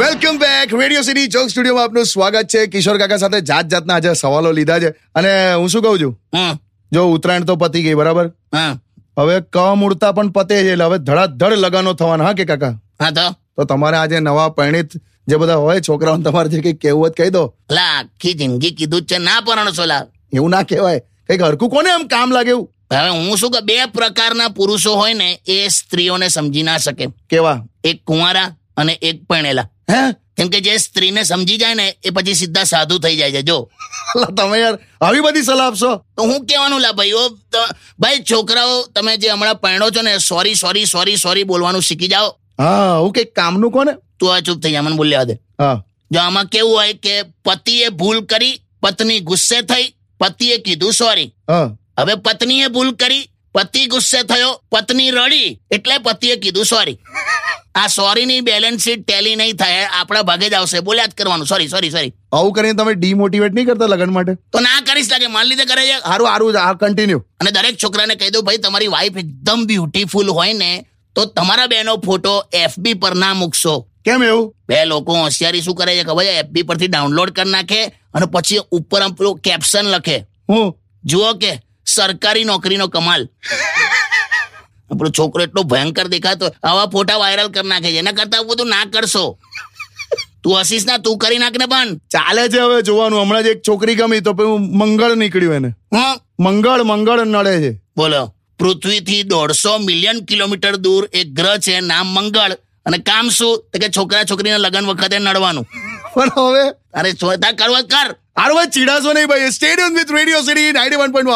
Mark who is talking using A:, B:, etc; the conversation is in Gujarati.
A: Welcome back radio city joke સ્ટુડિયોમાં આપનું સ્વાગત છે કિશોર કાકા સાથે જાત જાતના આજે સવાલો લીધા છે અને હું શું કહું છું
B: હા
A: જો ઉત્તરાયણ તો પતી ગઈ બરાબર
B: હા
A: હવે કમ ઉડતા પણ પતે છે એટલે હવે ધડાધડ લગાનો થવાના હા કે કાકા
B: હા તો
A: તો તમારે આજે નવા પરણિત જે બધા હોય છોકરાઓને તમારે જે કંઈક કહેવું હોય તો કહી દો
B: લા આખી જિંદગી કીધું જ છે ના પરણશો લા
A: એવું ના કહેવાય કંઈક હરખું કોને આમ કામ લાગે એવું
B: હવે હું શું કે બે પ્રકારના પુરુષો હોય ને એ સ્ત્રીઓને સમજી ના શકે
A: કેવા
B: એક કુંવારા અને એક પરણેલા
A: હે
B: કેમ કે જે સ્ત્રીને સમજી જાય ને એ પછી સીધા સાધુ થઈ જાય છે જો
A: અલા, તમે યાર આવી બધી સલાહ આપશો
B: તો હું કહેવાનું લા ભાઈ ઓ તો- ભાઈ છોકરાઓ તમે જે હમણાં પરણો છો ને સોરી સોરી સોરી સોરી બોલવાનું શીખી જાઓ
A: હા હું કંઈક કામનું કોને
B: તું આ ચૂપ થઈ જા મને બોલ્યા દે
A: હા
B: જો આમાં કેવું હોય કે પતિએ ભૂલ કરી પત્ની ગુસ્સે થઈ પતિએ કીધું સોરી
A: હા
B: હવે પત્નીએ ભૂલ કરી પતિ ગુસ્સે થયો પત્ની રડી એટલે પતિએ કીધું સોરી આ સોરીની બેલેન્સ શીટ ટેલી નહીં થાય આપણા ભાગે જ આવશે બોલ્યા જ કરવાનું સોરી સોરી સોરી
A: આવું કરીને તમે ડીમોટિવેટ નહીં કરતા લગ્ન માટે
B: તો ના કરીશ લાગે માન લીધે કરે છે
A: સારું સારું આ કન્ટિન્યુ
B: અને દરેક છોકરાને કહી દઉં ભાઈ તમારી વાઈફ એકદમ બ્યુટીફુલ હોય ને તો તમારા બેનો ફોટો એફબી પર ના મૂકશો
A: કેમ એવું
B: બે લોકો હોશિયારી શું કરે છે ખબર છે એફબી પરથી ડાઉનલોડ કરી નાખે અને પછી ઉપર આમ પેલું કેપ્શન લખે
A: હું
B: જુઓ કે સરકારી નોકરીનો કમાલ આપણો છોકરો એટલો ભયંકર દેખાતો હોય, આવા ફોટા વાયરલ કરી નાખે છે એના કરતા આવું બધું ના કરશો તું હસીશ ના તું કરી નાખ ને પણ
A: ચાલે છે હવે જોવાનું હમણાં જ એક છોકરી ગમી તો પેલું મંગળ નીકળ્યું એને
B: હં?
A: મંગળ મંગળ નડે છે
B: બોલો પૃથ્વીથી દોઢસો મિલિયન કિલોમીટર દૂર એક ગ્રહ છે નામ મંગળ અને કામ શું તો કે છોકરા છોકરીના લગ્ન વખતે નડવાનું
A: પણ હવે
B: અરે સ્વતા કરવા કર
A: આરો વાત ચીડાશો નહીં ભાઈ stadium with radio city ninety one point